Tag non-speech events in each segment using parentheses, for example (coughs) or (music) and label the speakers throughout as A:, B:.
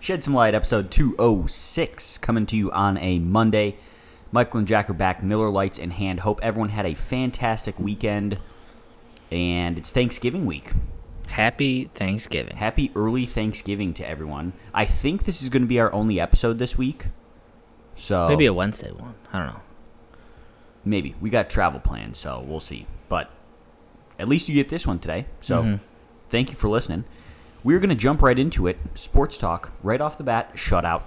A: Shed Some Light, episode 206, coming to you on a Monday. Michael and Jack are back, Miller Lights in hand. Hope everyone had a fantastic weekend. And it's Thanksgiving week.
B: Happy Thanksgiving.
A: Happy early Thanksgiving to everyone. I think this is going to be our only episode this week. So
B: Maybe a Wednesday one. I don't know.
A: maybe. we got travel plans, so we'll see. But at least you get this one today. So
B: Mm-hmm.
A: thank you for listening. We're going to jump right into it. Sports talk right off the bat. Shutout.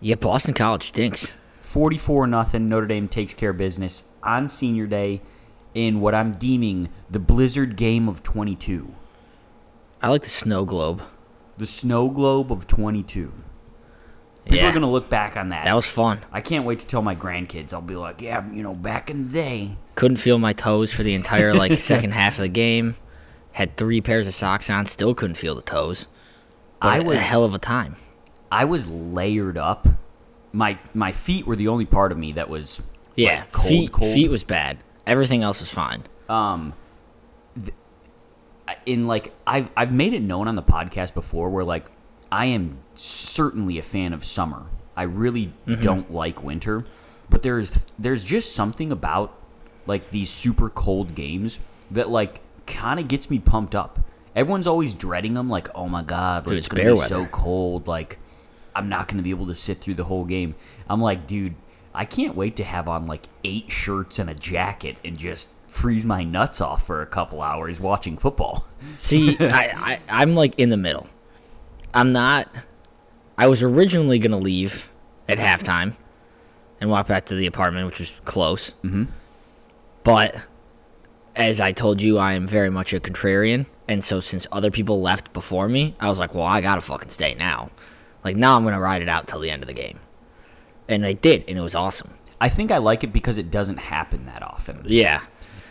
B: Yeah, Boston College stinks.
A: 44 nothing Notre Dame takes care of business on senior day in what I'm deeming the blizzard game of 22.
B: I like the snow globe.
A: The snow globe of 22. People
B: yeah,
A: are going to look back on that.
B: that was fun.
A: I can't wait to tell my grandkids. I'll be like, yeah, you know, back in the day.
B: Couldn't feel my toes for the entire
A: (laughs)
B: like second half of the game. Had three pairs of socks on. Still couldn't feel the toes. But
A: I
B: I
A: was-
B: was a hell of a time.
A: I was layered up. My my feet were the only part of me that was
B: Yeah,
A: like, cold,
B: feet
A: cold.
B: feet was bad. Everything else was fine.
A: in like I've I've made it known on the podcast before where like I am certainly a fan of summer. I really
B: Mm-hmm.
A: don't like winter, but there's there's just something about like these super cold games that like kind of gets me pumped up. Everyone's always dreading them like oh my god, like,
B: Dude,
A: it's,
B: it's
A: going
B: bear
A: to be so
B: weather.
A: cold like I'm not going to be able to sit through the whole game. I'm like, dude, I can't wait to have on like eight shirts and a jacket and just freeze my nuts off for a couple hours watching football. (laughs)
B: (laughs) See, I, I I'm like in the middle. I'm not. I was originally gonna leave at halftime and walk back to the apartment, which was close. Mm-hmm. But as I told you, I am very much a contrarian, and so since other people left before me, I was like, well, I gotta fucking stay now. Like now, I'm gonna ride it out till the end of the game, and I did, and it was awesome.
A: I think I like it because it doesn't happen that often.
B: Yeah.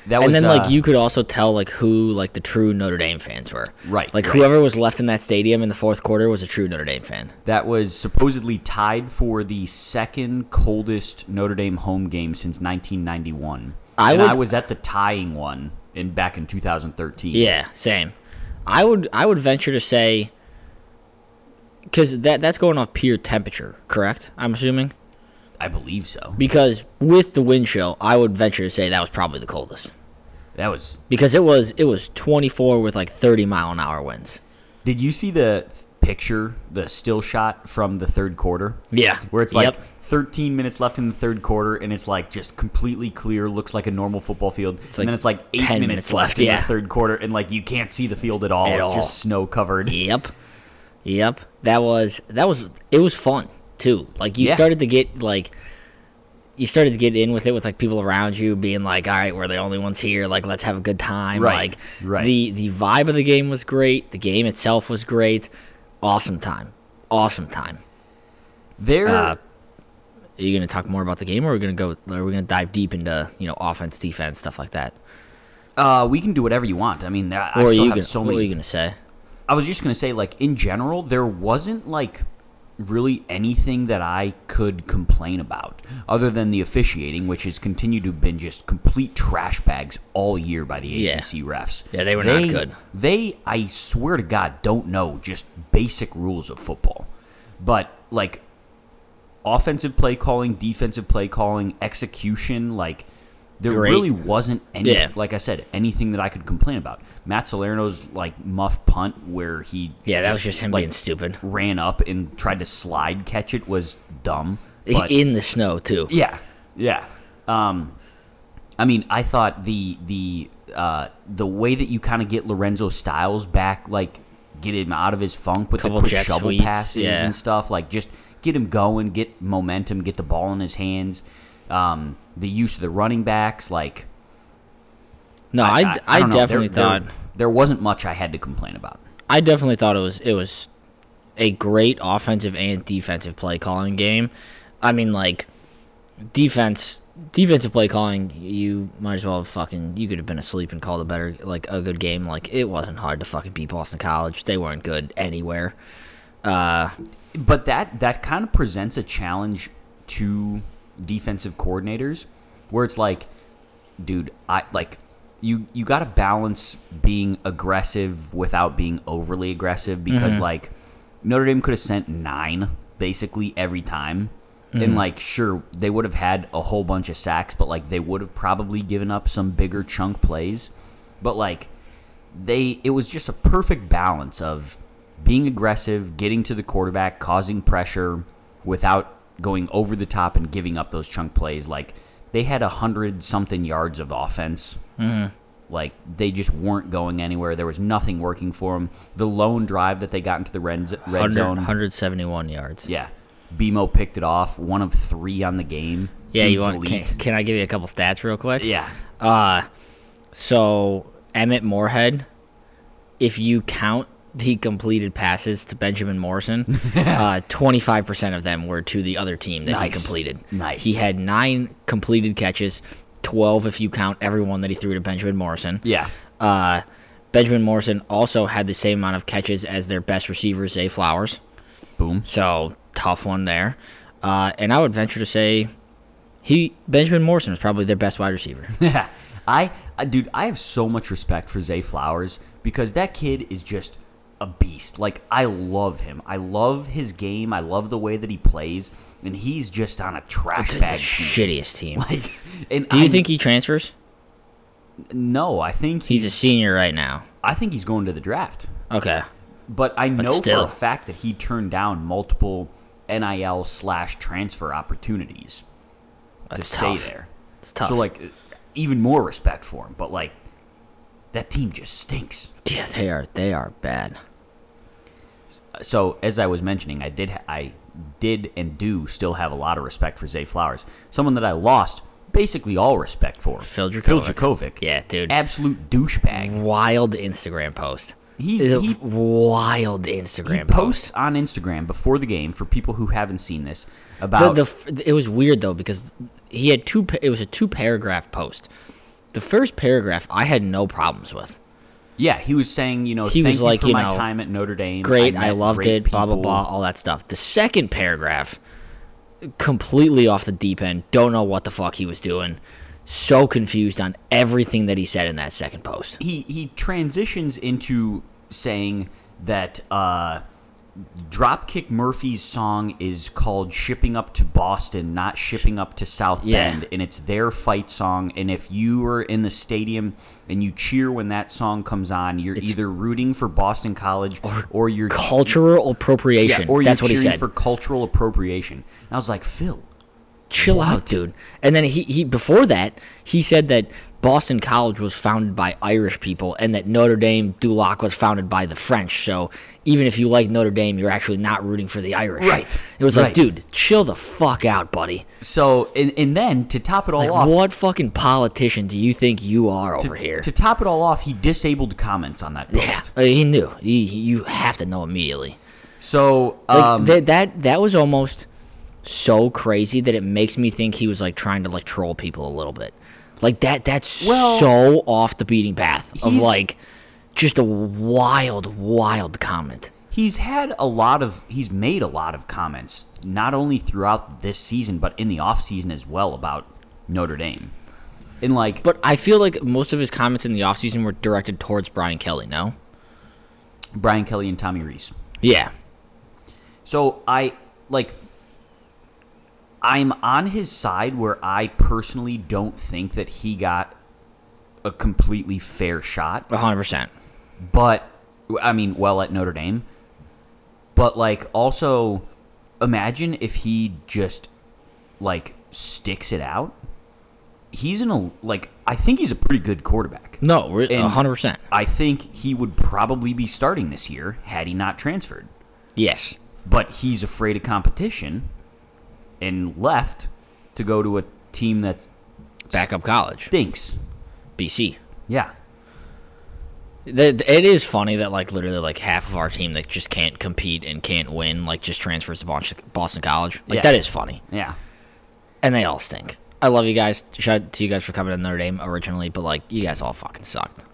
A: That
B: and
A: was
B: then
A: uh,
B: like you could also tell like who like the true Notre Dame fans were.
A: Right,
B: Like
A: right.
B: whoever was left in that stadium in the fourth quarter was a true Notre Dame fan.
A: That was supposedly tied for the second coldest Notre Dame home game since 1991.
B: I
A: and
B: would-
A: I was at the tying one in back in 2013.
B: Yeah, same. I would I would venture to say cuz that that's going off pure temperature, correct? I'm assuming.
A: I believe so.
B: Because with the wind chill, I would venture to say that was probably the coldest.
A: That was.
B: Because it was it was 24 with like 30 mile an hour winds.
A: Did you see the picture, the still shot from the third quarter?
B: Yeah.
A: Where it's like
B: Yep.
A: 13 minutes left in the third quarter, and it's like just completely clear, looks like a normal football field. and
B: like
A: then it's like eight
B: 10
A: minutes,
B: minutes
A: left
B: left,
A: in
B: yeah.
A: the third quarter, and like you can't see the field at all.
B: At
A: it's
B: all.
A: just snow covered.
B: Yep. Yep. That was that was it was fun too. Like you
A: Yeah.
B: started to get like you started to get in with it with like people around you being like, "All right, we're the only ones here. Like let's have a good time."
A: Right,
B: Like
A: right.
B: the the vibe of the game was great. The game itself was great. Awesome time. Awesome time.
A: There,
B: Uh, Are you going to talk more about the game or are we going to go are we going to dive deep into, you know, offense, defense, stuff like that?
A: uh, we can do whatever you want. I mean, I, I
B: Or are
A: still
B: you
A: have
B: gonna,
A: so
B: what
A: many.
B: are you going to say?
A: I was just gonna say, like in general, there wasn't like really anything that I could complain about, other than the officiating, which has continued to have been just complete trash bags all year by the
B: Yeah.
A: ACC refs.
B: Yeah, they were not good.
A: They, I swear to God, don't know just basic rules of football, but like offensive play calling, defensive play calling, execution, like. There
B: Great.
A: really wasn't any,
B: Yeah.
A: like I said, anything that I could complain about. Matt Salerno's like muff punt where he
B: Yeah, that was just him
A: like,
B: being stupid.
A: ran up and tried to slide catch it was dumb. But
B: (laughs) in the snow too.
A: yeah, yeah. Um, I mean, I thought the the uh, the way that you kind of get Lorenzo Styles back, like get him out of his funk with
B: Couple
A: the quick
B: jet
A: shovel
B: sweeps,
A: passes
B: yeah.
A: and stuff, like just get him going, get momentum, get the ball in his hands. Um, the use of the running backs, like
B: No, I, I,
A: don't know.
B: definitely
A: There-
B: thought
A: there, there wasn't much I had to complain about.
B: I definitely thought it was it was a great offensive and defensive play calling game. I mean, like defense defensive play calling, you might as well have fucking you could have been asleep and called a better like a good game. Like it wasn't hard to fucking beat Boston College. They weren't good anywhere. Uh,
A: But that that kind of presents a challenge to defensive coordinators where it's like dude, I like you you got to balance being aggressive without being overly aggressive because
B: Mm-hmm.
A: like Notre Dame could have sent 9 basically every time.
B: Mm-hmm.
A: And like sure, they would have had a whole bunch of sacks, but like they would have probably given up some bigger chunk plays. But like they it was just a perfect balance of being aggressive, getting to the quarterback, causing pressure without going over the top and giving up those chunk plays. Like they had a hundred something yards of offense.
B: Mm-hmm.
A: Like they just weren't going anywhere. There was nothing working for them. The lone drive that they got into the red, z- red
B: 100,
A: zone,
B: 171 yards.
A: yeah, Bemo picked it off. One of three on the game.
B: Yeah, you
A: Dude's
B: want? Can,
A: elite.
B: can I give you a couple stats real quick?
A: Yeah,
B: Uh so Emmett Moorhead, if you count the completed passes to
A: (laughs)
B: Benjamin Morrison, uh, 25% of them were to the other team that he
A: Nice.
B: completed.
A: Nice.
B: He had nine completed catches, 12 if you count everyone that he threw to Benjamin Morrison.
A: yeah,
B: Uh, Benjamin Morrison also had the same amount of catches as their best receiver, Zay Flowers.
A: boom.
B: So tough one there. Uh, and I would venture to say he Benjamin Morrison was probably their best
A: (laughs)
B: wide receiver.
A: Yeah, I, I, dude, I have so much respect for Zay Flowers because that kid is just a beast. Like, I love him. I love his game. I love the way that he plays, and he's just on a trash
B: the
A: bag. team.
B: shittiest team.
A: (laughs) Like, and
B: Do you
A: I,
B: think he transfers?
A: No, I think
B: He's
A: he's.
B: a senior right now.
A: I think he's going to the draft.
B: Okay.
A: But I know for
B: still.
A: a fact that he turned down multiple NIL slash transfer opportunities
B: That's
A: to
B: tough.
A: stay there.
B: It's tough.
A: So like, even more respect for him. But like, that team just stinks.
B: (laughs) yeah, they are they are bad.
A: so as I was mentioning, I did I did and do still have a lot of respect for Zay Flowers, someone that I lost basically all respect for.
B: Phil Dracovic.
A: Dracovic.
B: Yeah, Mm-hmm. dude.
A: absolute douchebag.
B: Wild Instagram post.
A: He's-
B: It's a
A: he-
B: wild Instagram
A: He posts on Instagram before the game for people who haven't seen this
B: The,
A: about
B: the f- it was weird though because he had two. pa- It was a two paragraph post. The first paragraph I had no problems with.
A: yeah he was saying you know
B: He
A: thank
B: was
A: you
B: like,
A: for
B: you
A: my
B: know,
A: time at Notre Dame
B: Great,
A: met
B: I, loved
A: great
B: it. Blah blah
A: people."
B: blah. All that stuff. The second paragraph, completely off the deep end. Don't know what the fuck he was doing. So confused on everything that he said in that second post.
A: he he transitions into saying that uh Dropkick Murphy's song is called Shipping Up to Boston, not Shipping Up to South
B: Yeah.
A: Bend, and it's their fight song. And if you are in the stadium and you cheer when that song comes on, you're either rooting for Boston College or, you're
B: Cultural
A: yeah,
B: appropriation.
A: or
B: That's
A: you're
B: what he
A: cheering
B: said.
A: for cultural appropriation. And I was like, Phil,
B: Chill out, dude. And then he, he before that he said that Boston College was founded by Irish people and that Notre Dame Duloc was founded by the French. So even if you like Notre Dame, you're actually not rooting for the Irish.
A: Right,
B: It was
A: right.
B: like, dude, chill the fuck out, buddy.
A: so and, and then to top it all off,
B: What fucking politician do you think you are over here?
A: to top it all off, he disabled comments on that post.
B: yeah, I mean, he knew. He, he- you have to know immediately.
A: So
B: Like,
A: um,
B: that that that was almost so crazy that it makes me think he was like trying to like troll people a little bit. Like that that's
A: Well-
B: so off the beating path of
A: He's-
B: like just a wild wild comment.
A: he's had a lot of he's made a lot of comments not only throughout this season but in the offseason as well about Notre Dame. And like
B: But I feel like most of his comments in the offseason were directed towards Brian Kelly, no?
A: Brian Kelly and Tommy Reese.
B: Yeah.
A: So I like I'm on his side where I personally don't think that he got a completely fair shot,
B: 100%.
A: but I mean, well at Notre Dame. But like also imagine if he just like sticks it out. He's in a like I think he's a pretty good quarterback.
B: No, we're-
A: And-
B: 100%.
A: I think he would probably be starting this year had he not transferred.
B: Yes.
A: But he's afraid of competition and left to go to a team that
B: Backup college.
A: stinks.
B: BC.
A: Yeah.
B: Th- th- It is funny that like literally like half of our team that just can't compete and can't win like just transfers to Boston Boston College. Like
A: Yeah.
B: that is funny,
A: Yeah.
B: and they all stink. I love you guys. Shout out to you guys for coming to Notre Dame originally, but like you guys all fucking sucked.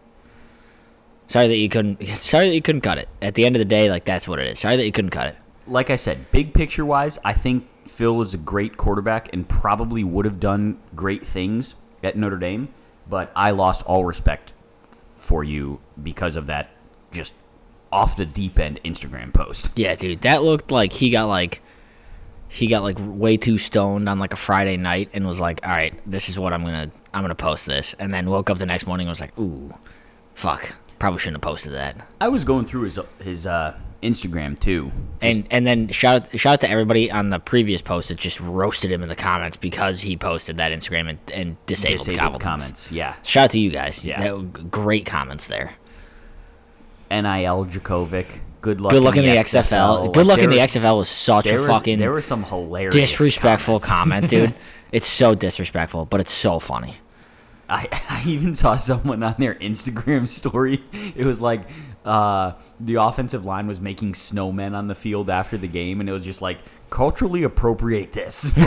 B: Sorry that you couldn't. (laughs) Sorry that you couldn't cut it. At the end of the day, like that's what it is. Sorry that you couldn't cut it.
A: Like I said, big picture wise, I think Phil is a great quarterback and probably would have done great things at Notre Dame, but I lost all respect for you because of that just off the deep end Instagram post.
B: Yeah, dude, that looked like he got like he got like way too stoned on like a Friday night and was like, "All right, this is what I'm gonna I'm gonna post this," and then woke up the next morning and was like, "Ooh, fuck, probably shouldn't have posted that."
A: I was going through his his uh, Instagram too.
B: And and then shout out, shout out to everybody on the previous post that just roasted him in the comments because he posted that Instagram and, and disabled,
A: Disabled
B: comments.
A: comments, yeah.
B: Shout out to you guys.
A: Yeah.
B: Yeah, great comments there.
A: Nil Djokovic, good luck.
B: Good luck in the XFL. Good luck in the
A: Like,
B: XFL was such
A: There,
B: a
A: there was-
B: fucking
A: there were some hilarious
B: disrespectful
A: comments.
B: comment, dude.
A: (laughs)
B: it's so disrespectful, but it's so funny.
A: I, (laughs) I even saw someone on their Instagram story. It was like uh, the offensive line was making snowmen on the field after the game, and it was just like culturally appropriate this. (laughs)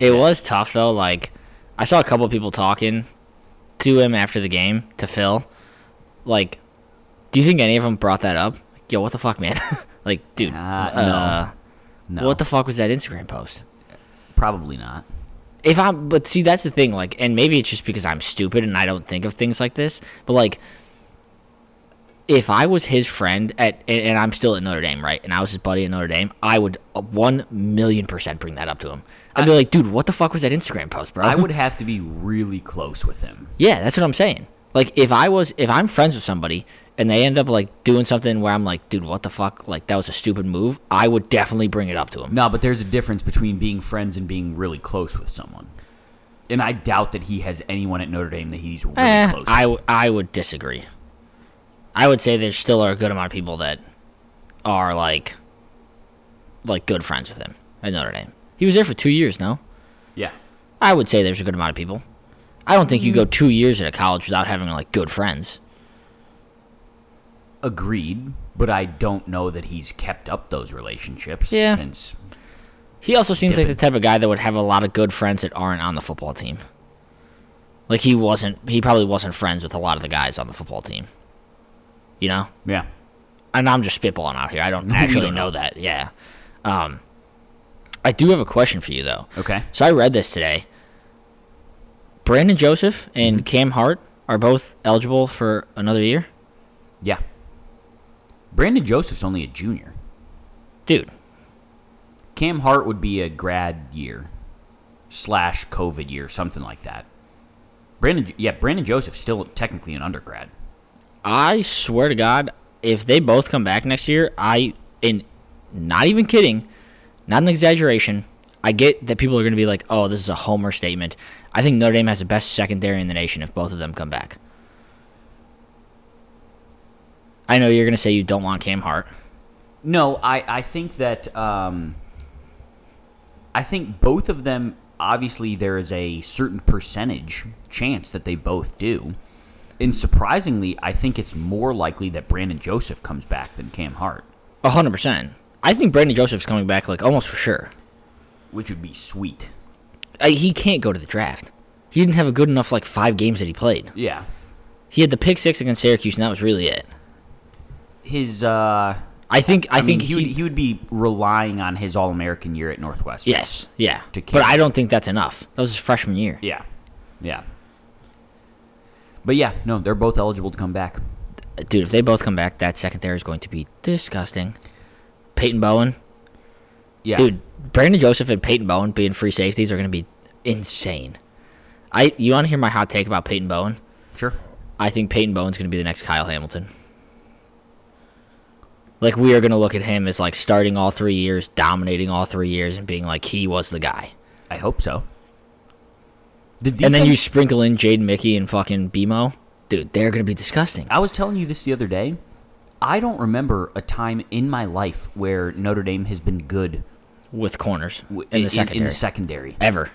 A: Like,
B: It was tough though. Like, I saw a couple of people talking to him after the game to Phil. Like, do you think any of them brought that up? Like, yo, what the fuck, man? (laughs) like,
A: Uh,
B: dude,
A: no.
B: uh,
A: no,
B: what the fuck was that Instagram post?
A: probably not.
B: If I'm, but see, that's the thing. Like, and maybe it's just because I'm stupid and I don't think of things like this. But like, if I was his friend at, and, and I'm still at Notre Dame, right? And I was his buddy at Notre Dame, I would uh, one million percent bring that up to him. I'd be like, dude, what the fuck was that Instagram post, bro?
A: I would have to be really close with him.
B: (laughs) Yeah, that's what I'm saying. Like if I was if I'm friends with somebody and they end up like doing something where I'm like, dude, what the fuck? Like that was a stupid move. I would definitely bring it up to him.
A: No, but there's a difference between being friends and being really close with someone. And I doubt that he has anyone at Notre Dame that he's really
B: Eh,
A: close.
B: I
A: with.
B: w- I would disagree. I would say there still are a good amount of people that are like like good friends with him at Notre Dame. He was there for two years, no?
A: yeah,
B: I would say there's a good amount of people. I don't think you go two years at a college without having like good friends.
A: agreed. But I don't know that he's kept up those relationships
B: Yeah.
A: since
B: He also seems like the type of guy that would have a lot of good friends that aren't on the football team. Like he wasn't he probably wasn't friends with a lot of the guys on the football team. You know?
A: Yeah.
B: And I'm just spitballing out here. I don't
A: We
B: actually
A: don't
B: know.
A: know.
B: that. Yeah. Um I do have a question for you though.
A: Okay.
B: So I read this today. Brandon Joseph and Cam Hart are both eligible for another year.
A: Yeah. Brandon Joseph's only a junior.
B: Dude,
A: Cam Hart would be a grad year slash COVID year, something like that. Brandon, yeah, Brandon Joseph's still technically an undergrad.
B: I swear to God, if they both come back next year, I in not even kidding, not an exaggeration. I get that people are going to be like, "Oh, this is a homer statement." I think Notre Dame has the best secondary in the nation if both of them come back. I know you're going to say you don't want Cam Hart.
A: No, I, I think that um, I think both of them. Obviously, there is a certain percentage chance that they both do. And surprisingly, I think it's more likely that Brandon Joseph comes back than Cam Hart,
B: a 100%. I think Brandon Joseph's coming back like almost for sure.
A: which would be sweet.
B: I, he can't go to the draft. He didn't have a good enough like 5 games that he played.
A: Yeah,
B: He had the pick 6 against Syracuse and that was really it.
A: his uh,
B: I think I,
A: I, think
B: think
A: he, would, he would be relying on his All American year at Northwestern.
B: Yes, yeah.
A: To
B: But I
A: Cam.
B: don't think that's enough. That was his freshman year.
A: Yeah. Yeah. But yeah, no, they're both eligible to come back.
B: Dude, if they both come back, that secondary is going to be disgusting. Peyton Bowen.
A: Yeah.
B: Dude, Brandon Joseph and Peyton Bowen being free safeties are going to be insane. I you want to hear my hot take about Peyton Bowen?
A: Sure.
B: I think Peyton Bowen's going to be the next Kyle Hamilton. Like we are going to look at him as like starting all 3 years, dominating all 3 years and being like he was the guy.
A: I hope so. The defense,
B: And then you sprinkle in Jade Mickey and fucking BMO. Dude, they're going to be disgusting.
A: I was telling you this the other day. I don't remember a time in my life where Notre Dame has been good
B: with corners
A: w-
B: in the secondary
A: In the secondary.
B: ever.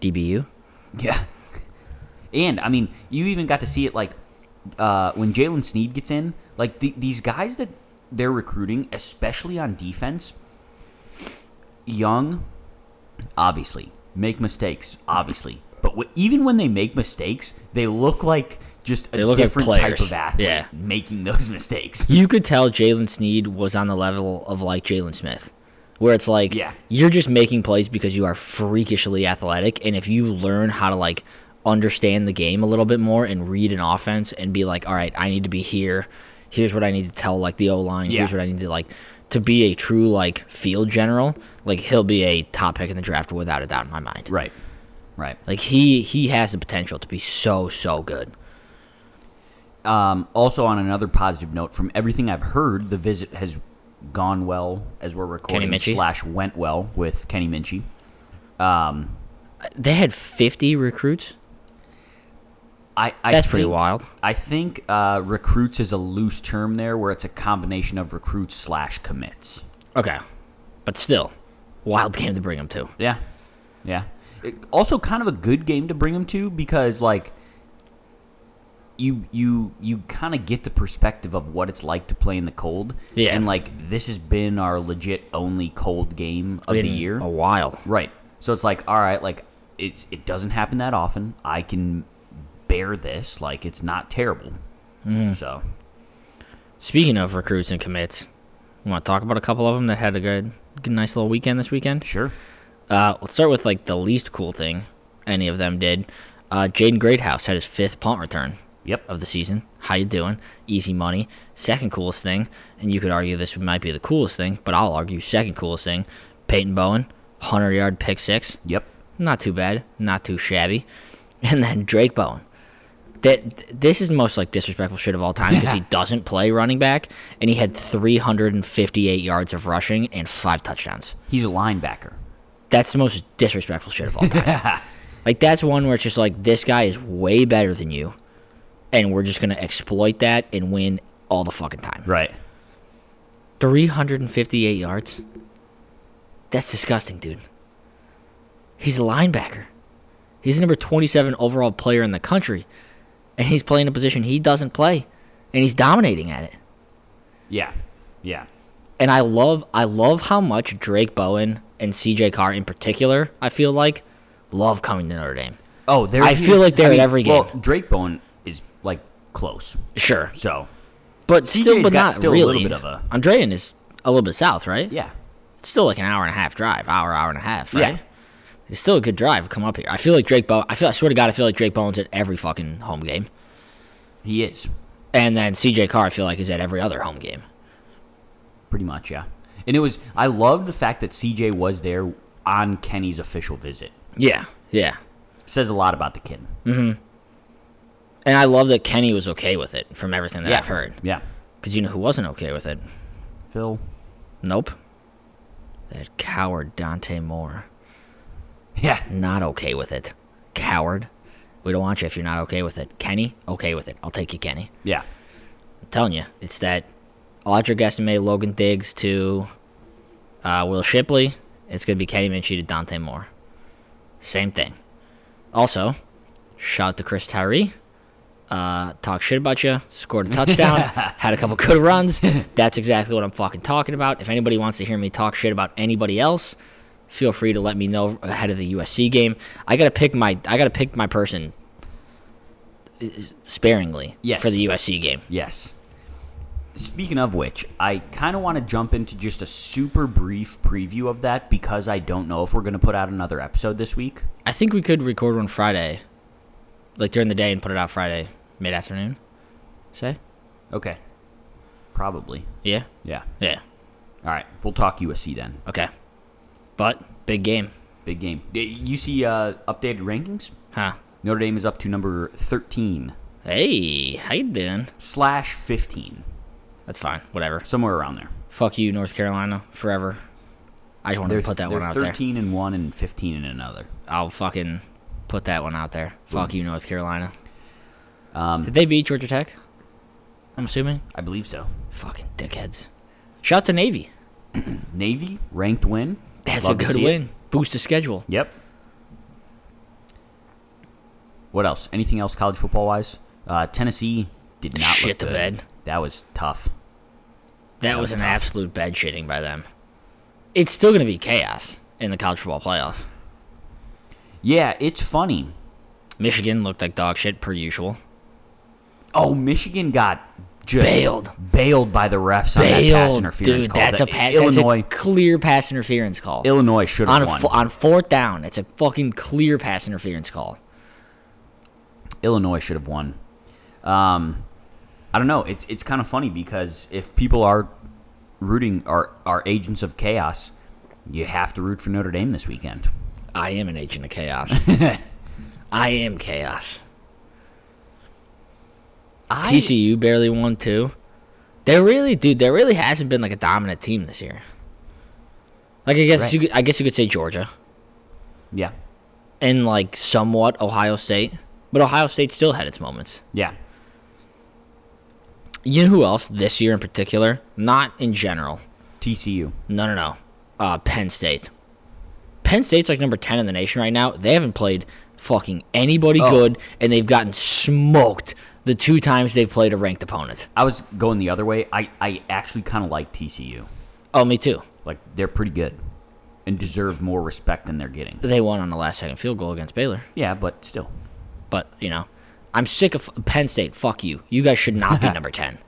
B: DBU.
A: Yeah. And I mean, you even got to see it like uh, when Jalen Sneed gets in. Like the, these guys that they're recruiting, especially on defense, young, obviously make mistakes, obviously. But w- even when they make mistakes, they look like just a
B: They look like
A: different type
B: players.
A: of athlete
B: Yeah.
A: making those (laughs) mistakes.
B: You could tell Jalen Sneed was on the level of like Jalen Smith, where it's like
A: Yeah.
B: you're just making plays because you are freakishly athletic, and if you learn how to like understand the game a little bit more and read an offense and be like, all right, I need to be here. Here's what I need to tell like the O line. Here's
A: Yeah.
B: what I need to like to be a true like field general. Like he'll be a top pick in the draft without a doubt in my mind.
A: Right. Right.
B: Like he he has the potential to be so so good.
A: Um, also, on another positive note, from everything I've heard, the visit has gone well as we're recording
B: Minchie?
A: slash went well with Kenny Minchie.
B: They had 50 recruits.
A: I, I
B: That's pretty
A: think-
B: wild.
A: I think uh, recruits is a loose term there, where it's a combination of recruits slash commits.
B: Okay, but still, wild game to bring him to.
A: Yeah, yeah. It- also, kind of a good game to bring him to because like you you you kind of get the perspective of what it's like to play in the cold.
B: Yeah.
A: and like this has been our legit only cold game of the
B: In
A: year.
B: a while.
A: Right. So it's like, all right, like it's it doesn't happen that often. I can bear this. Like it's not terrible.
B: Mm-hmm.
A: So
B: Speaking of recruits and commits, you want to talk about a couple of them that had a good, good nice little weekend this weekend?
A: sure.
B: Uh, let's start with like the least cool thing any of them did. Uh, Jaden Greathouse had his fifth punt return
A: Yep.
B: of the season. How you doing? Easy money. Second coolest thing, and you could argue this might be the coolest thing, but I'll argue second coolest thing. Peyton Bowen, hundred yard pick six.
A: Yep.
B: not too bad, not too shabby. (laughs) And then Drake Bowen. That this is the most like disrespectful shit of all time because he
A: Yeah.
B: doesn't play running back, and he had 358 yards of rushing and five touchdowns.
A: He's a linebacker.
B: That's the most disrespectful shit of all time. Like that's one where it's just like this guy is way better than you, and we're just gonna exploit that and win all the fucking time.
A: Right.
B: 358 yards. That's disgusting, dude. He's a linebacker. He's the number 27 overall player in the country, and he's playing a position he doesn't play, and he's dominating at it.
A: Yeah. Yeah.
B: And I love, I love how much Drake Bowen and C.J. Carr in particular. I feel like love coming to Notre Dame.
A: Oh, there.
B: I feel like they're at every
A: Well,
B: game.
A: Drake Bone is like close.
B: Sure,
A: So
B: but
A: CJ 's
B: still, but
A: got
B: not
A: still a
B: really.
A: little bit of a-
B: Andrean is a little bit south, right?
A: yeah.
B: it's still like an hour and a half drive, hour, hour and a half, right?
A: Yeah.
B: It's still a good drive. Come up here. I feel like Drake Bow. I feel. I swear to God, I feel like Drake Bowen's at every fucking home game,
A: He is
B: and then C.J. Carr. I feel like is at every other home game.
A: pretty much yeah. And it was I loved the fact that CJ was there on Kenny's official visit.
B: Yeah, yeah.
A: Says a lot about the kid.
B: And I love that Kenny was okay with it from everything that
A: yeah.
B: I've heard.
A: Yeah.
B: Because you know who wasn't okay with it?
A: Phil.
B: Nope. That coward Dante Moore.
A: Yeah.
B: Not okay with it. Coward. We don't want you if you're not okay with it. Kenny, okay with it. I'll take you, Kenny.
A: Yeah.
B: telling you, it's that Audra Gasame, Logan Diggs to uh, Will Shipley. It's going to be Kenny Minchie to Dante Moore. Same thing. Also, shout out to Chris Tyree. Uh, talk shit about you. Scored a touchdown. had a couple good runs. That's exactly what I'm fucking talking about. If anybody wants to hear me talk shit about anybody else, feel free to let me know ahead of the USC game. I gotta pick my I gotta pick my person uh, sparingly
A: Yes.
B: for the USC game.
A: Yes. Speaking of which, I kind of want to jump into just a super brief preview of that because I don't know if we're going to put out another episode this week.
B: I think we could record one Friday, like during the day, and put it out Friday mid afternoon. Say,
A: Okay. Probably.
B: yeah,
A: Yeah.
B: yeah,
A: All right. We'll talk USC then.
B: okay. But big game,
A: Big game. Y- You see uh, updated rankings?
B: huh?
A: Notre Dame is up to number 13
B: Hey, how you doing?
A: slash 15,
B: That's fine, whatever.
A: somewhere around there.
B: Fuck you, North Carolina, forever. I just wanted
A: They're,
B: to put that
A: they're
B: one out there.
A: 13 and one and 15 and another.
B: I'll fucking put that one out there.
A: Hmm.
B: Fuck you, North Carolina.
A: Um,
B: Did they beat Georgia Tech? I'm assuming.
A: I believe so.
B: Fucking dickheads. Shout out to Navy.
A: Navy, ranked win.
B: That's
A: Love
B: a
A: to
B: good
A: see it.
B: win. Boost the schedule.
A: Yep. What else? Anything else college football wise? Uh, Tennessee did not
B: Shit
A: look
B: the
A: good.
B: bed.
A: That was tough.
B: That was an
A: tough.
B: absolute bed shitting by them. It's still going to be chaos in the college football playoff.
A: Yeah, it's funny.
B: Michigan looked like dog shit per usual.
A: Oh, Michigan got just
B: Bailed.
A: bailed by the refs on that pass interference
B: dude.
A: call.
B: That's a
A: That-
B: pa-
A: Illinois.
B: That's a clear pass interference call.
A: Illinois should
B: on
A: have
B: a
A: won.
B: fo- on fourth down, it's a fucking clear pass interference call.
A: Illinois should have won. Um, I don't know. It's it's kind of funny because if people are rooting are are agents of chaos, you have to root for Notre Dame this weekend.
B: I am an agent of (laughs) chaos. I am chaos.
A: I,
B: TCU barely won too. There really, dude, there really hasn't been like a dominant team this year. Like I guess
A: Right.
B: you, could, I guess you could say Georgia
A: yeah,
B: and like somewhat Ohio State, but Ohio State still had its moments.
A: yeah.
B: You know who else this year in particular? Not in general.
A: TCU.
B: No, no, no. Uh, Penn State. Penn State's like number ten in the nation right now. They haven't played fucking anybody
A: Oh.
B: good, and they've gotten smoked the two times they've played a ranked opponent.
A: I was going the other way. I I actually kind of like TCU.
B: Oh, me too.
A: Like they're pretty good and deserve more respect than they're getting.
B: They won on the last second field goal against Baylor.
A: Yeah, but still.
B: But, you know, I'm sick of Penn State. Fuck you. You guys should
A: (laughs)
B: not be number 10.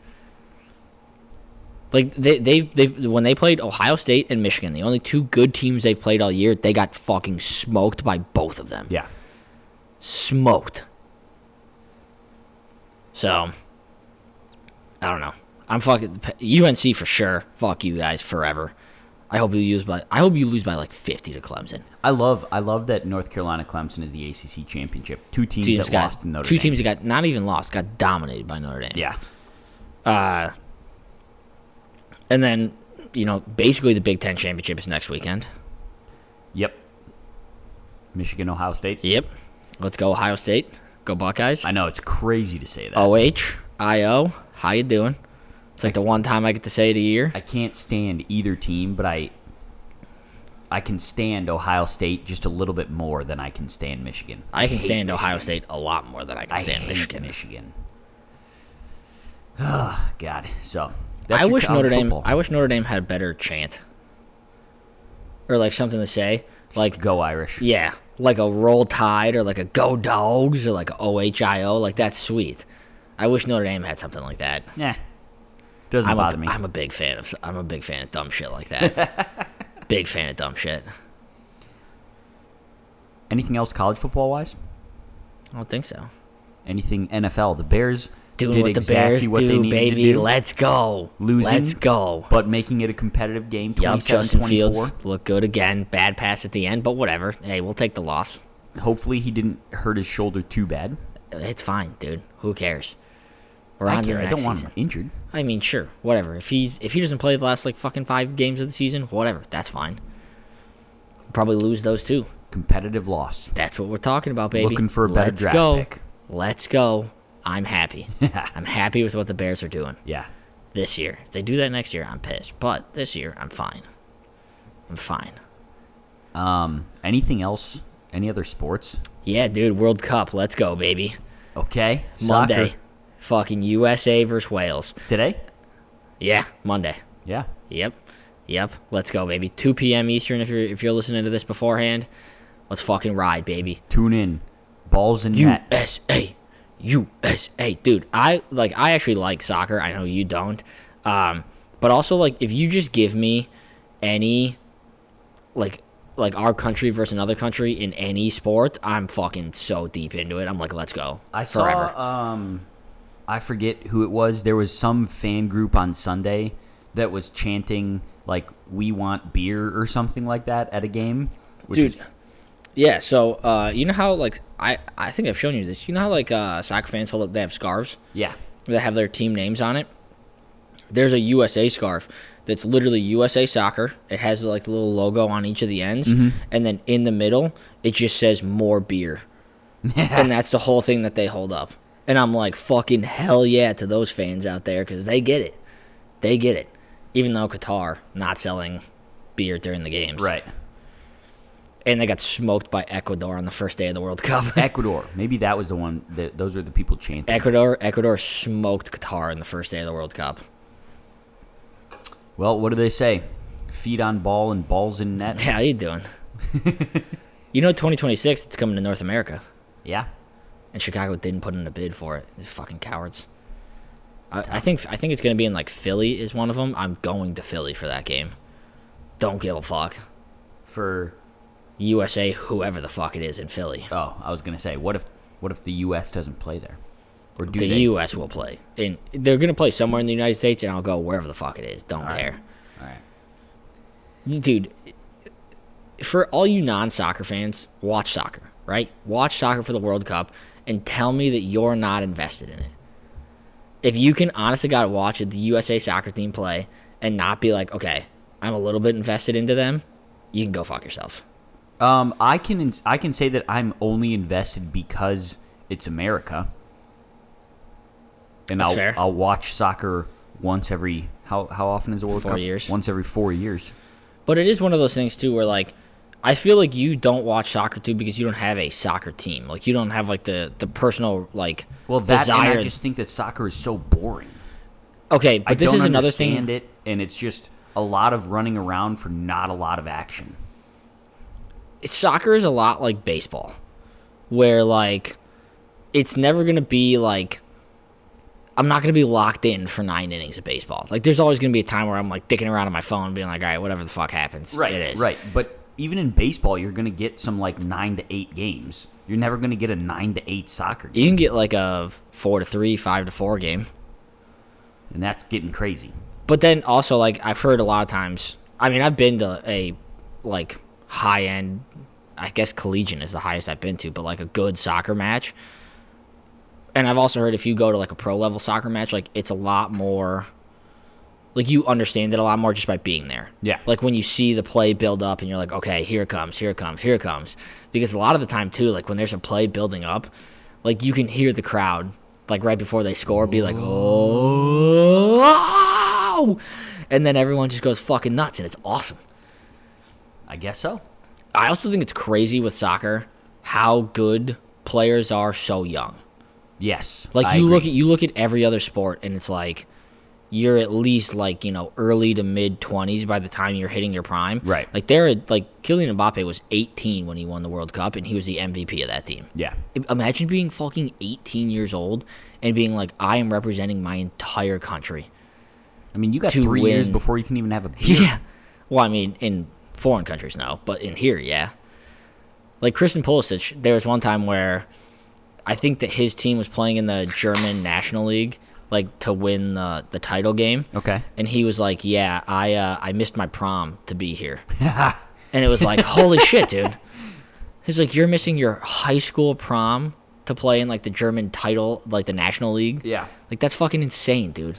B: Like they they they when they played Ohio State and Michigan, the only two good teams they've played all year, they got fucking smoked by both of them.
A: Yeah.
B: Smoked. So I don't know. I'm fucking UNC for sure. Fuck you guys forever. I hope you use by I hope you lose by like 50 to Clemson.
A: I love I love that North Carolina Clemson is the ACC championship. Two teams,
B: Teams
A: that
B: got-
A: lost in Notre
B: two
A: Dame.
B: teams that got not even lost, got dominated by Notre Dame.
A: Yeah.
B: And then, you know, basically the Big Ten championship is next weekend.
A: Yep. Michigan, Ohio State.
B: Yep. Let's go Ohio State. Go Buckeyes.
A: I know it's crazy to say that.
B: OH, IO, how you doing? It's like the one time I get to say it a year.
A: I can't stand either team, but I I can stand Ohio State just a little bit more than I can stand Michigan.
B: I can
A: hate
B: stand Ohio State a lot more than I can
A: I
B: stand
A: hate
B: Michigan.
A: Michigan. Oh, God. So that's
B: I
A: your
B: wish
A: college
B: Notre Dame
A: football.
B: I wish Notre Dame had a better chant. Or like something to say. Like
A: go Irish.
B: yeah. Like a roll tide or like a go dogs or like a OHIO. Like that's sweet. I wish Notre Dame had something like that.
A: Nah. Doesn't
B: I'm
A: bother
B: a,
A: me.
B: am a big fan of I'm a big fan of dumb shit like that.
A: (laughs)
B: big fan of dumb shit.
A: Anything else college football wise?
B: I don't think so.
A: Anything NFL? The Bears
B: Doing
A: did
B: what
A: exactly
B: the Bears
A: what
B: do,
A: they needed
B: baby.
A: to do,
B: Let's go.
A: Losing.
B: Let's go.
A: but making it a competitive game.
B: Yup,
A: 27
B: Justin
A: 24.
B: Fields looked good again. Bad pass at the end, but whatever. Hey, we'll take the loss.
A: Hopefully, he didn't hurt his shoulder too bad.
B: It's fine, dude. Who cares? We're
A: I,
B: on to
A: care.
B: the
A: I
B: next
A: don't want
B: season.
A: him injured.
B: I mean, sure, whatever. If he's if he doesn't play the last like fucking five games of the season, whatever. That's fine. Probably lose those too.
A: Competitive loss.
B: That's what we're talking about, baby.
A: Looking for a better
B: Let's
A: draft
B: go.
A: pick.
B: Let's go.
A: (laughs)
B: I'm happy. I'm happy with what the Bears are doing
A: Yeah.
B: this year. If they do that next year, I'm pissed. But this year, I'm fine. I'm fine.
A: Um. Anything else? Any other sports?
B: Yeah, dude, World Cup. Let's go, baby.
A: Okay.
B: Monday.
A: Soccer.
B: Fucking USA versus Wales.
A: Today?
B: Yeah, Monday.
A: Yeah.
B: Yep. Yep. Let's go, baby. 2 p.m. Eastern if you're if you're listening to this beforehand. Let's fucking ride, baby.
A: Tune in. Balls in net.
B: USA, USA, dude. I like. I actually like soccer. I know you don't. Um, but also like, if you just give me any, like, like our country versus another country in any sport, I'm fucking so deep into it. I'm like, let's go.
A: I saw um I forget who it was. There was some fan group on Sunday that was chanting like we want beer or something like that at a game. Which
B: Dude.
A: is
B: Yeah. So, uh, you know how like I I think I've shown you this. You know how like uh soccer fans hold up they have scarves.
A: yeah.
B: that have their team names on it. There's a USA scarf that's literally USA Soccer. It has like the little logo on each of the ends, and then in the middle it just says "More Beer," and that's the whole thing that they hold up. And I'm like, fucking hell yeah to those fans out there because they get it, they get it. Even though Qatar not selling beer during the games,
A: Right.
B: and they got smoked by Ecuador on the first day of the World Cup. (laughs)
A: Ecuador. Maybe that was the one that those are the people chanting.
B: Ecuador, Ecuador smoked Qatar on the first day of the World Cup.
A: Well, what do they say? Feet on ball and balls in net.
B: How you doing? you know, 2026, it's coming to North America,
A: Yeah.
B: and Chicago didn't put in a bid for it. They're fucking cowards. I, I think I think it's gonna be in like Philly is one of them. I'm going to Philly for that game. Don't give a fuck.
A: For
B: USA, whoever the fuck it is in Philly,
A: oh, I was gonna say, what if what if the U.S. doesn't play there, or do
B: the
A: they?
B: US will play, and they're gonna play somewhere in the United States, and I'll go wherever the fuck it is. Don't care.
A: All right.
B: dude for all you non-soccer fans watch soccer right watch soccer for the world cup and tell me that you're not invested in it if you can honestly god watch the usa soccer team play and not be like okay i'm a little bit invested into them you can go fuck yourself
A: Um, I can I can say that I'm only invested because it's America, and
B: That's
A: I'll
B: fair.
A: I'll watch soccer once every how how often is the World
B: Four
A: Cup?
B: years.
A: Once every four years.
B: But it is one of those things too where like I feel like you don't watch soccer too because you don't have a soccer team. Like you don't have like the the personal like
A: Well, that and
B: desire.
A: I just think that soccer is so boring.
B: okay, but
A: I
B: this
A: don't
B: is another thing.
A: understand it, and it's just a lot of running around for not a lot of action.
B: soccer is a lot like baseball, where like it's never gonna be like I'm not gonna be locked in for nine innings of baseball. Like there's always gonna be a time where I'm like dicking around on my phone, being like, all right, whatever the fuck happens,
A: Right,
B: it is.
A: right. But even in baseball, you're going to get some like nine to eight games. You're never going to get a nine to eight soccer game,
B: You can get like a four to three, five to four game. E
A: and that's getting crazy.
B: But then also like I've heard a lot of times. I mean, I've been to a like high end. I guess collegiate is the highest I've been to, but like a good soccer match. And I've also heard if you go to like a pro level soccer match, like it's a lot more. Like you understand it a lot more just by being there.
A: Yeah.
B: Like when you see the play build up and you're like, okay, here it comes, here it comes, here it comes. Because a lot of the time too, like when there's a play building up, like you can hear the crowd like right before they score be like, oh, and then everyone just goes fucking nuts and it's awesome.
A: I guess so.
B: I also think it's crazy with soccer how good players are so young.
A: Yes.
B: Like
A: I
B: you look
A: agree.
B: at you look at every other sport and it's like you're at least like, you know, early to mid 20s by the time you're hitting your prime.
A: Right.
B: Like they're like Kylian Mbappe was 18 when he won the World Cup and he was the MVP of that team.
A: Yeah.
B: I- Imagine being fucking 18 years old and being like I am representing my entire country.
A: I mean, you got
B: to
A: three years
B: win.
A: before you can even have a beer.
B: (laughs) Yeah. (coughs) Well, I mean, in foreign countries, no, but in here, yeah. Like Kristen Pulisic, there was one time where I think that his team was playing in the German National League, like to win the the title game.
A: Okay.
B: And he was like, "Yeah, I uh, I missed my prom to
A: (laughs)
B: be here," and it was like, "Holy shit, dude!" He's like, "You're missing your high school prom to play in like the German title, like the National League."
A: Yeah.
B: Like that's fucking insane, dude.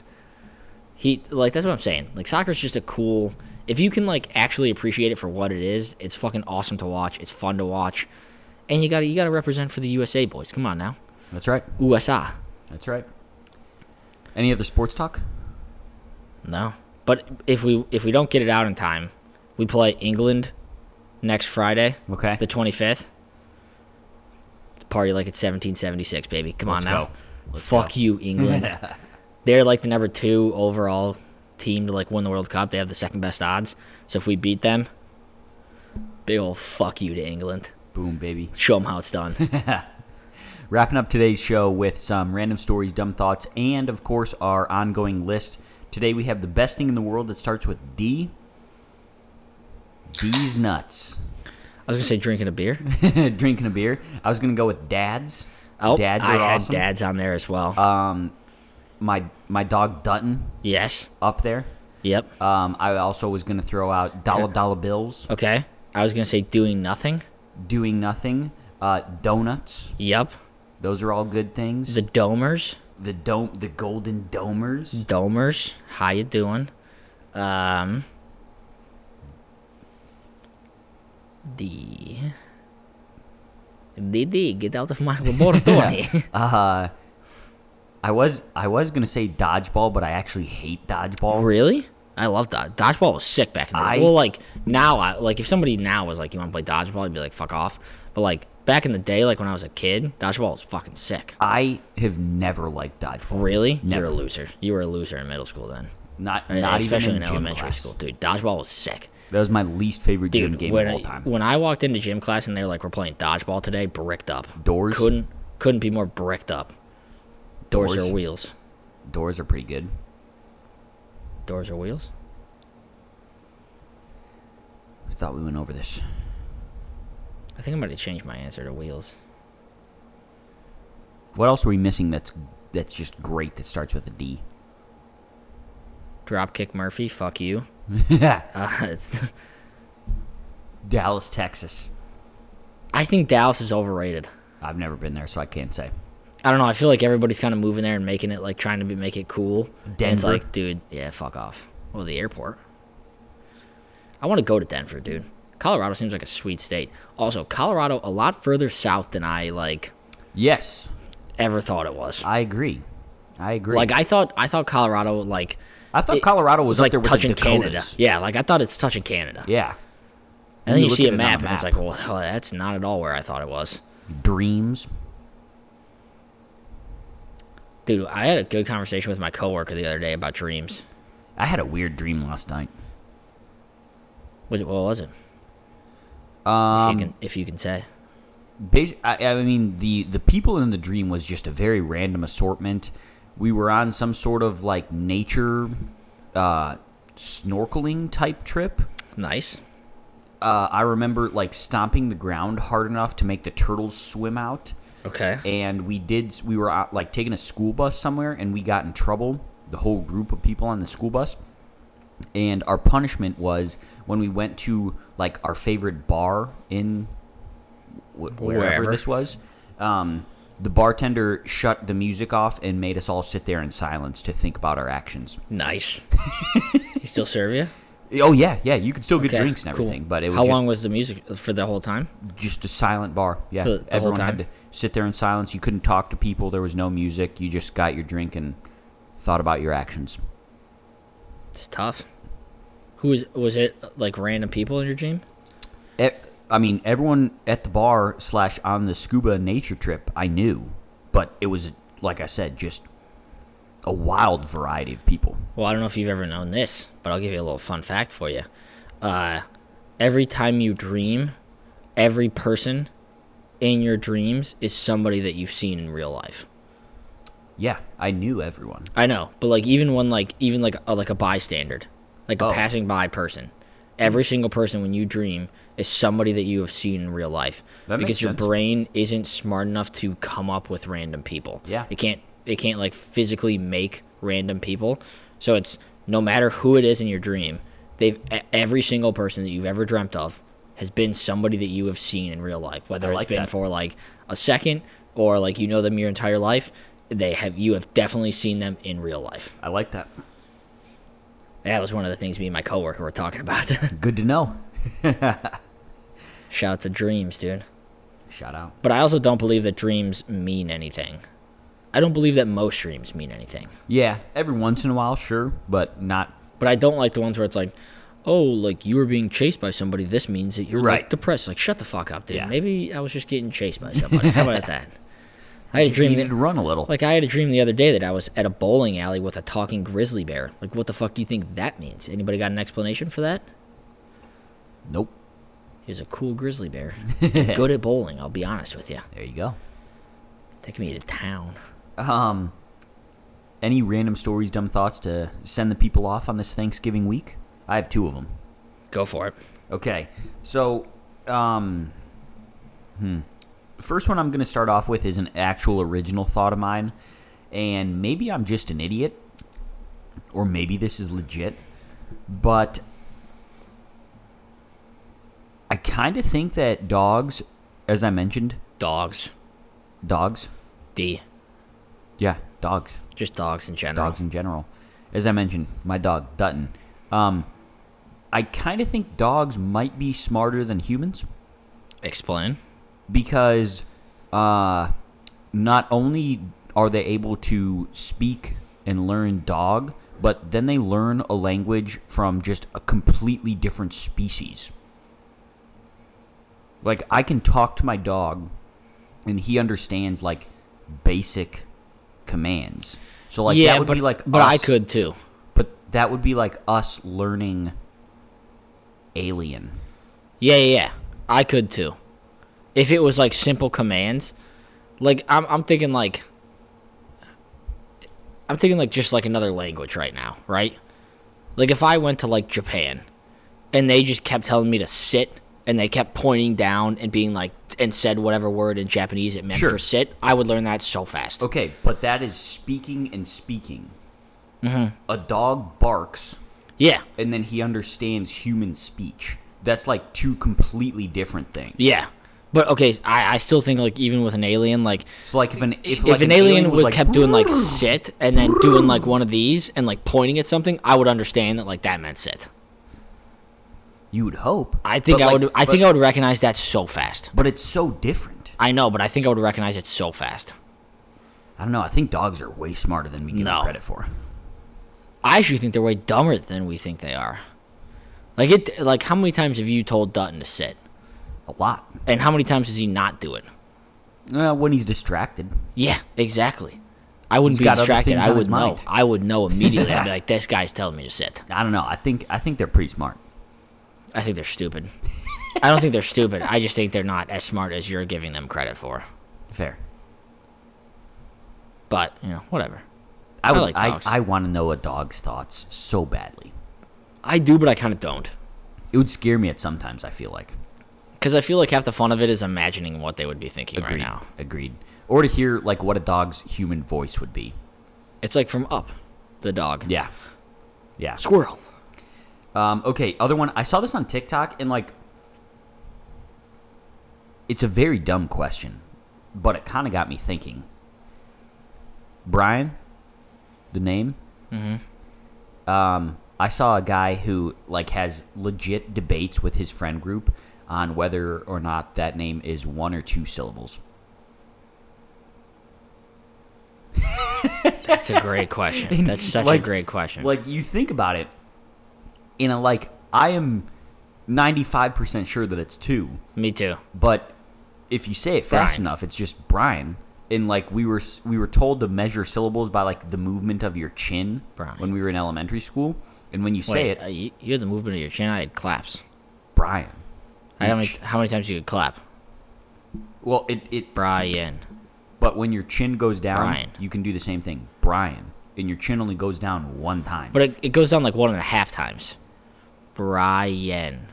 B: He like that's what I'm saying. Like soccer's just a cool if you can like actually appreciate it for what it is, it's fucking awesome to watch. It's fun to watch. And you gotta you gotta represent for the USA boys. Come on now.
A: That's right.
B: USA.
A: That's right. Any other sports talk?
B: No. But if we if we don't get it out in time, we play England next Friday,
A: Okay.
B: the twenty fifth. Party like it's seventeen seventy six, baby. Come
A: Let's
B: on now.
A: go.
B: Fuck you, England.
A: (laughs)
B: They're like the number two overall team to like win the World Cup. They have the second best odds. So if we beat them, big ol' fuck you to England.
A: Boom, baby.
B: Show them how it's
A: (laughs)
B: done.
A: Wrapping up today's show with some random stories, dumb thoughts, and of course our ongoing list. Today we have the best thing in the world that starts with D. D's nuts. (laughs)
B: I was gonna say drinking a beer.
A: Drinking a beer. I was gonna go with dads.
B: Oh,
A: dads are
B: I had
A: awesome. Uh,
B: dads on there as well.
A: My my dog Dutton
B: yes.
A: up there.
B: Yep.
A: Um, I also was gonna throw out dollar dollar bills,
B: Okay. I was gonna say doing nothing.
A: doing nothing, uh, donuts.
B: Yep.
A: Those are all good things.
B: The Hmm. domers.
A: the dome, the golden domers.
B: Domers. How you doing? Um. The. DD, get out of my (laughs) laboratory. (laughs)
A: I was I was gonna say dodgeball, but I actually hate dodgeball.
B: Oh, Really? I love that. Dodgeball was sick back in the
A: I-
B: day. Well, like now, I, like if somebody now was like, "You want to play dodgeball?" I'd be like, "Fuck off." But like back in the day, like when I was a kid, dodgeball was fucking sick.
A: I have never liked dodgeball.
B: Really?
A: Never.
B: You're a loser. You were a loser in middle school then.
A: Not
B: And
A: not
B: especially
A: even in,
B: in,
A: gym
B: elementary
A: class.
B: school, dude. Dodgeball was sick.
A: That was my least favorite
B: Dude,
A: gym game
B: when,
A: of all
B: I-
A: time.
B: when I walked into gym class and they were like, "We're playing dodgeball today," bricked up.
A: Doors?
B: couldn't couldn't be more bricked up. Doors,
A: Doors?
B: or wheels?
A: Doors are pretty good.
B: Doors or wheels?
A: I thought we went over this.
B: I think I'm going to change my answer to wheels.
A: What else are we missing? That's that's just great. That starts with a D. (laughs)
B: Dropkick Murphy, fuck you. Uh, (laughs) it's,
A: Dallas, Texas.
B: I think Dallas is overrated.
A: I've never been there, so I can't say.
B: I don't know. I feel like everybody's kind of moving there and making it like trying to be, make it cool. And It's
A: Denver.
B: like, dude, yeah, fuck off. Well, the airport. I want to go to Denver, dude. Colorado seems like a sweet state. Also, Colorado a lot further south than I like
A: Yes,
B: ever thought it was.
A: I agree. I agree.
B: Like I thought, I thought Colorado like
A: I thought Colorado was
B: was
A: up
B: like
A: there with
B: touching
A: the Dakotas.
B: Canada. Yeah, like I thought it's touching Canada.
A: Yeah.
B: And then you,
A: look
B: see
A: at
B: a
A: it on
B: map, and it's like, well, hell, that's not at all where I thought it was.
A: dreams.
B: Dude, I had a good conversation with my coworker the other day about dreams.
A: I had a weird dream last night.
B: What, what was it?
A: Um,
B: you can, if you can say.
A: basi- I, I mean, the the people in the dream was just a very random assortment. We were on some sort of like nature uh, snorkeling type trip.
B: Nice.
A: Uh, I remember like stomping the ground hard enough to make the turtles swim out.
B: Okay.
A: and we did we were out, like taking a school bus somewhere and we got in trouble the whole group of people on the school bus and our punishment was when we went to like our favorite bar in wh- wherever,
B: Wherever.
A: this was um, the bartender shut the music off and made us all sit there in silence to think about our actions (laughs)
B: Nice. he still serve you?
A: oh yeah yeah you could still get
B: Okay,
A: drinks and
B: cool.
A: everything but it was
B: How
A: just,
B: long was the music for the whole time?
A: just a silent bar yeah
B: For the whole
A: everyone
B: time?
A: had to sit there in silence you couldn't talk to people there was no music you just got your drink and thought about your actions
B: It's tough. Who is was it like random people in your dream?
A: E- I mean, everyone at the bar slash on the scuba nature trip, I knew, but it was like I said, just a wild variety of people.
B: Well, I don't know if you've ever known this, but I'll give you a little fun fact for you. Uh, every time you dream, every person in your dreams is somebody that you've seen in real life.
A: Yeah, I knew everyone.
B: I know, but like even one like even like a, like a bystander, like a
A: Oh.
B: passing by person. Every single person when you dream is somebody that you have seen in real life
A: That
B: because
A: makes
B: your
A: sense.
B: brain isn't smart enough to come up with random people.
A: Yeah.
B: It can't it can't like physically make random people. So it's no matter who it is in your dream, they've e- every single person that you've ever dreamt of has been somebody that you have seen in real life, whether
A: I
B: it's
A: like
B: been
A: that.
B: for like a second or like you know them your entire life. They have you have definitely seen them in real life.
A: I like that.
B: That was one of the things me and my coworker were talking about. (laughs)
A: Good to know.
B: Shout out to dreams, dude.
A: Shout out.
B: But I also don't believe that dreams mean anything. I don't believe that most dreams mean anything.
A: Yeah, every once in a while, sure, but not.
B: But I don't like the ones where it's like, oh, like you were being chased by somebody. This means that you're like,
A: Right.
B: depressed. Like, shut the fuck up, dude.
A: Yeah.
B: Maybe I was just getting chased by somebody. How
A: (laughs)
B: about that? I had a dream.
A: Needed to
B: That,
A: run a little.
B: like, I had a dream the other day that I was at a bowling alley with a talking grizzly bear. Like, what the fuck do you think that means? Anybody got an explanation for that?
A: nope.
B: He was a cool grizzly bear. (laughs) Good at bowling, I'll be honest with you.
A: There you go.
B: Take me to town.
A: Um, any random stories, dumb thoughts to send the people off on this Thanksgiving week? I have two of them.
B: Go for it.
A: Okay, so, um, hmm. First one I'm going to start off with is an actual original thought of mine, and maybe I'm just an idiot, or maybe this is legit, but I kind of think that dogs, as I mentioned,
B: Dogs.
A: dogs,
B: D.
A: yeah, dogs,
B: Just dogs in general.
A: dogs in general. As I mentioned, my dog Dutton. Um, I kind of think dogs might be smarter than humans.
B: Explain.
A: because uh, not only are they able to speak and learn dog, but then they learn a language from just a completely different species. Like I can talk to my dog and he understands like basic commands. So like
B: yeah,
A: that would
B: but,
A: be like
B: but I
A: us-
B: could too.
A: but that would be like us learning alien.
B: Yeah, yeah, yeah. I could too. If it was like simple commands, like I'm, I'm thinking like, I'm thinking like just like another language right now, right? Like if I went to like Japan, and they just kept telling me to sit, and they kept pointing down and being like, and said whatever word in Japanese it meant
A: Sure.
B: for sit, I would learn that so fast.
A: Okay, but that is speaking and speaking.
B: Mm-hmm.
A: A dog barks
B: Yeah,
A: and then he understands human speech. That's like two completely different things.
B: yeah. But okay, I, I still think like even with an alien, like
A: So like if an if,
B: if,
A: like
B: an, alien,
A: was
B: would
A: like
B: kept doing like sit and then doing like one of these and like pointing at something, I would understand that like that meant sit.
A: you would hope.
B: I think
A: But,
B: I
A: like,
B: would. I
A: but,
B: think I would recognize that so fast.
A: But it's so different.
B: I know, but I think I would recognize it so fast.
A: I don't know. I think dogs are way smarter than we give them
B: No.
A: credit for.
B: I actually think they're way dumber than we think they are. Like it. Like how many times have you told Dutton to sit,
A: A lot.
B: and how many times does he not do it?
A: Uh, when he's distracted.
B: Yeah, exactly. I wouldn't
A: He's
B: be
A: got other
B: distracted.
A: things
B: I
A: on his
B: would know.
A: mind.
B: I would know
A: (laughs)
B: immediately. I'd be like, this guy's telling me to sit.
A: I don't know. I think I think they're pretty smart.
B: I think they're stupid. I don't think they're stupid. I just think they're not as smart as you're giving them credit for.
A: Fair.
B: But you know, whatever.
A: I would. I,
B: like
A: I,
B: dogs.
A: want to know a dog's thoughts so badly.
B: I do, but I kind of don't,
A: It would scare me at sometimes. I feel like.
B: because I feel like half the fun of it is imagining what they would be thinking right
A: Agreed.
B: now.
A: Agreed. Or to hear like what a dog's human voice would be.
B: It's like from Up, the dog.
A: Yeah. Yeah.
B: Squirrel.
A: Um, okay, other one. I saw this on TikTok, and like, it's a very dumb question, but it kind of got me thinking. Brian, the name. Mm-hmm. Um, I saw a guy who like has legit debates with his friend group on whether or not that name is one or two syllables.
B: That's a great (laughs) question. That's such
A: like-
B: a great question.
A: Like you think about it, in a like I am ninety five percent sure that it's two.
B: me too.
A: but if you say it fast
B: Brian.
A: enough, it's just Brian. And like we were s- we were told to measure syllables by like the movement of your chin
B: Brian.
A: when we were in elementary school. And when you say
B: Wait,
A: it,
B: uh, you, you had the movement of your chin. I had claps.
A: Brian.
B: I don't know how many times you could clap.
A: Well, it it
B: Brian.
A: but when your chin goes down,
B: Brian.
A: you can do the same thing, Brian. And your chin only goes down one time.
B: But it, it goes down like one and a half times. Brian.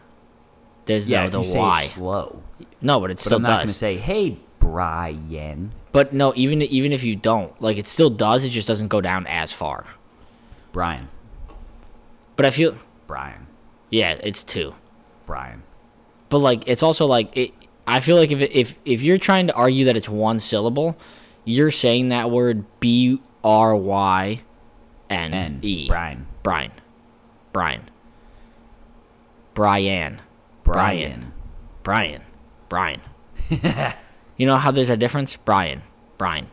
B: There's
A: yeah,
B: no
A: if
B: the
A: you say
B: Y.
A: it slow.
B: No, but it
A: But
B: still
A: I'm not gonna
B: does.
A: say, "Hey, Brian."
B: but no, even even if you don't, like it still does. It just doesn't go down as far.
A: Brian.
B: But I feel,
A: Brian.
B: yeah, it's two.
A: Brian.
B: But like, it's also like it. I feel like if it- if if you're trying to argue that it's one syllable, you're saying that word B R Y N
A: And
B: E
A: Brian.
B: Brian, Brian, Brian,
A: Brian.
B: Brian, Brian. (laughs) you know how there's a difference? Brian, Brian.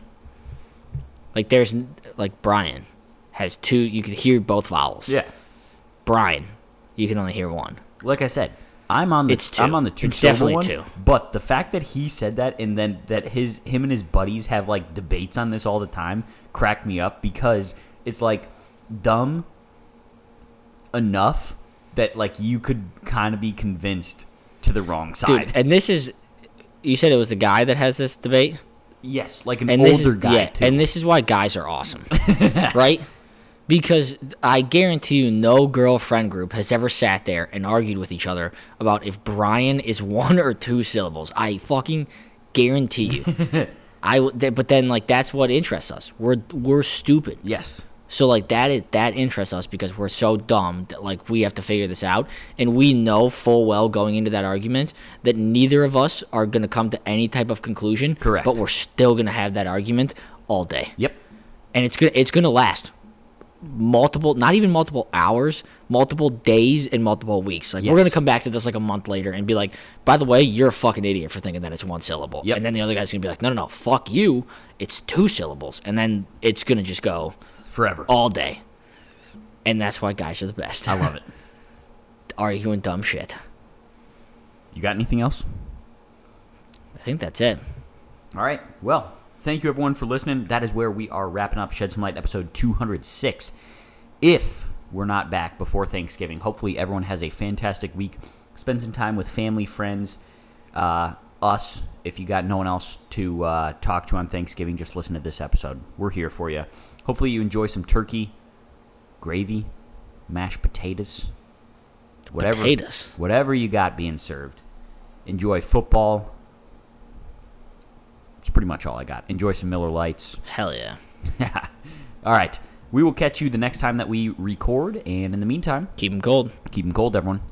B: Like there's n- like Brian has two. You can hear both vowels.
A: Yeah.
B: Brian, you can only hear one.
A: like I said, I'm on the
B: It's two.
A: I'm on the two
B: It's
A: syllable
B: definitely
A: one.
B: two.
A: But the fact that he said that and then that his him and his buddies have like debates on this all the time cracked me up because it's like dumb enough that like you could kind of be convinced to the wrong side.
B: Dude, and this is. You said it was the guy that has this debate.
A: yes, like an
B: and
A: older
B: this is,
A: guy
B: yeah,
A: too.
B: and this is why guys are awesome, (laughs) right? Because I guarantee you, no girlfriend group has ever sat there and argued with each other about if Brian is (laughs) one or two syllables. I fucking guarantee
A: (laughs)
B: you. I w- th- but then like that's what interests us. We're we're stupid.
A: yes.
B: So like that is that interests us because we're so dumb that like we have to figure this out and we know full well going into that argument that neither of us are going to come to any type of conclusion.
A: Correct.
B: But we're still going to have that argument all day.
A: Yep.
B: And it's going to it's going to last multiple not even multiple hours, multiple days and multiple weeks. Like we're
A: Yes.
B: going to come back to this like a month later and be like, "By the way, you're a fucking idiot for thinking that it's one syllable."
A: Yep.
B: And then the other guy's going to be like, "No, no, no, fuck you. It's two syllables." And then it's going to just go
A: Forever.
B: all day. and that's why guys are the best.
A: I
B: (laughs)
A: love it.
B: Arguing dumb shit.
A: You got anything else?
B: I think that's it.
A: All right. Well, thank you everyone for listening. That is where we are wrapping up Shed Some Light episode 206. If we're not back before Thanksgiving, hopefully everyone has a fantastic week. Spend some time with family, friends, uh, us. If you got no one else to uh, talk to on Thanksgiving, just listen to this episode. We're here for you. Hopefully you enjoy some turkey, gravy, mashed potatoes, whatever
B: Potatoes.
A: whatever you got being served. Enjoy football. It's pretty much all I got. Enjoy some Miller Lights.
B: Hell yeah.
A: (laughs) all right. We will catch you the next time that we record. And in the meantime,
B: Keep them cold.
A: keep them cold, everyone.